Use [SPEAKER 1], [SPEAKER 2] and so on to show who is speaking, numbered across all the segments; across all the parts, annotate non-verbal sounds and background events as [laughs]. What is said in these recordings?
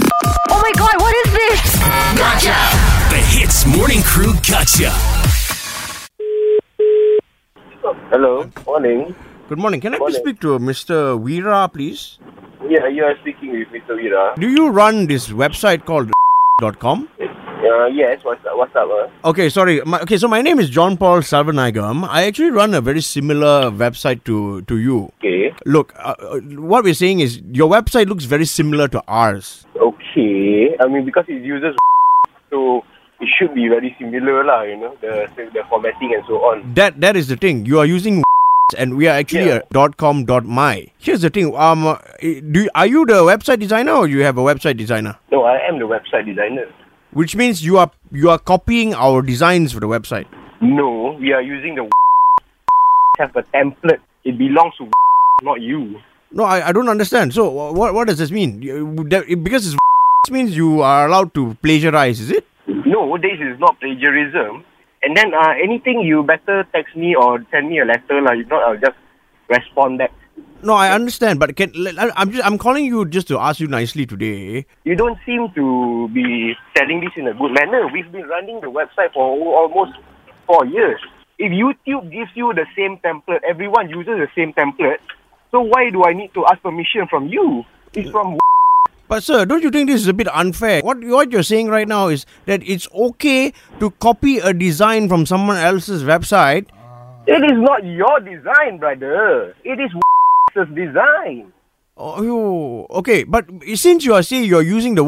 [SPEAKER 1] Oh my god, what is this?
[SPEAKER 2] The Hits Morning Crew Gotcha.
[SPEAKER 3] Hello. Morning.
[SPEAKER 4] Good morning. Can I please
[SPEAKER 3] Morning.
[SPEAKER 4] speak to Mr. Veera, please?
[SPEAKER 3] Yeah, you are speaking with Mr. Vira.
[SPEAKER 4] Do you run this website called dot com?
[SPEAKER 3] Uh, yes, what's up? What's up? Uh?
[SPEAKER 4] Okay, sorry. My, okay, so my name is John Paul Salvanagam. I actually run a very similar website to to you.
[SPEAKER 3] Okay.
[SPEAKER 4] Look, uh, uh, what we're saying is your website looks very similar to ours.
[SPEAKER 3] Okay. I mean, because it uses [laughs] so it should be very similar, lah. You know, the the formatting and so on.
[SPEAKER 4] That that is the thing. You are using [laughs] and we are actually
[SPEAKER 3] Yeah.
[SPEAKER 4] a dot com dot my. Here's the thing. Um, uh, do you- are you the website designer or you have a website designer?
[SPEAKER 3] No, I am the website designer.
[SPEAKER 4] Which means you are you are copying our designs for the website.
[SPEAKER 3] No, we are using the [laughs] have a template. It belongs to [laughs] not you.
[SPEAKER 4] No, I, I don't understand. So wha- what what does this mean? You- that- it- Because it's [laughs] this means you are allowed to plagiarize, is it?
[SPEAKER 3] No, this is not plagiarism. And then uh, anything you better text me or send me a letter, lah. If not, I'll just respond back.
[SPEAKER 4] No, I understand, but can let- I- I'm just I'm calling you just to ask you nicely today.
[SPEAKER 3] you don't seem to be telling this in a good manner. We've been running the website for al- almost four years. If YouTube gives you the same template, everyone uses the same template, so why do I need to ask permission from you? It's from [laughs]
[SPEAKER 4] But sir, don't you think this is a bit unfair? What you- what you're saying right now is that it's okay to copy a design from someone else's website.
[SPEAKER 3] it is not your design, brother. It is [laughs] design.
[SPEAKER 4] Oh, you- okay, but since you are saying you're using the [laughs]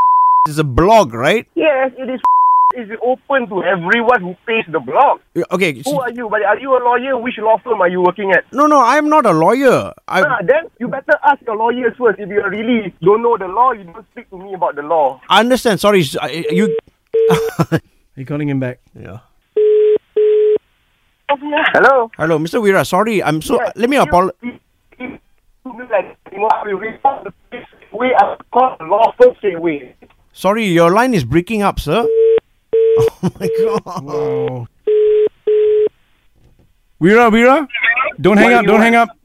[SPEAKER 4] is a blog, right?
[SPEAKER 3] Yes, it is. [laughs] Is open to everyone who pays the blog.
[SPEAKER 4] Okay.
[SPEAKER 3] Who are you? But are you a lawyer? Which law firm are you working at?
[SPEAKER 4] No, no, I'm not a lawyer. I,
[SPEAKER 3] Ah, then you better ask your lawyers first. If you really don't know the law, you don't speak to me about the law.
[SPEAKER 4] I understand. Sorry, s- I- you.
[SPEAKER 5] Are you calling him back?
[SPEAKER 4] Yeah.
[SPEAKER 3] Hello.
[SPEAKER 4] Hello, Mr. Weera. Sorry, I'm so. let me
[SPEAKER 3] You-
[SPEAKER 4] apologize.
[SPEAKER 3] you- you like, you know, we report the police We are called lawful straight away.
[SPEAKER 4] Sorry, your line is breaking up, sir. [laughs] Oh my god.
[SPEAKER 5] Whoa. Weera, Weera, don't hang
[SPEAKER 3] What
[SPEAKER 5] up,
[SPEAKER 3] do you
[SPEAKER 5] don't hang
[SPEAKER 3] want?
[SPEAKER 5] up.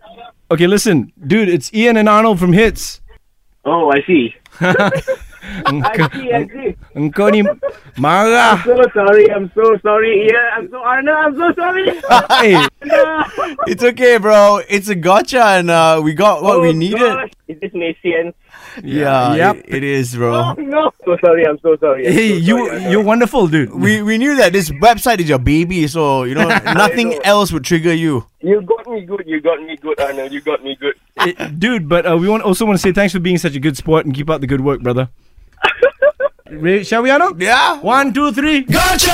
[SPEAKER 5] Okay, listen, dude, it's Ian and Arnold from Hits.
[SPEAKER 3] Oh, I see. I see, I
[SPEAKER 5] Ang-
[SPEAKER 3] see.
[SPEAKER 5] ang ko ni Mara.
[SPEAKER 3] So sorry, I'm so sorry. Yeah, I'm so Arnold, I'm so sorry.
[SPEAKER 5] Hey,
[SPEAKER 4] It's okay, bro. It's a gotcha, and uh, we got what we
[SPEAKER 3] Oh,
[SPEAKER 4] needed.
[SPEAKER 3] gosh. Is this Macian?
[SPEAKER 4] Yeah,
[SPEAKER 5] Yep.
[SPEAKER 4] it- it is,
[SPEAKER 3] [laughs]
[SPEAKER 4] bro.
[SPEAKER 3] No. So sorry, I'm so sorry. I'm
[SPEAKER 5] hey,
[SPEAKER 3] so
[SPEAKER 5] you
[SPEAKER 3] sorry.
[SPEAKER 5] you're wonderful, dude.
[SPEAKER 4] We we knew that this website is your baby, so
[SPEAKER 3] [laughs]
[SPEAKER 4] you know nothing
[SPEAKER 3] know.
[SPEAKER 4] else would trigger you.
[SPEAKER 3] You got me good, you got me good, Arnold, you got me good.
[SPEAKER 5] Eh, dude, but uh, we want also want to say thanks for being such a good sport and keep up the good work,
[SPEAKER 4] [laughs]
[SPEAKER 5] brother. Re- Shall we, Arnold?
[SPEAKER 4] Yeah.
[SPEAKER 5] One, two, three.
[SPEAKER 2] Gotcha!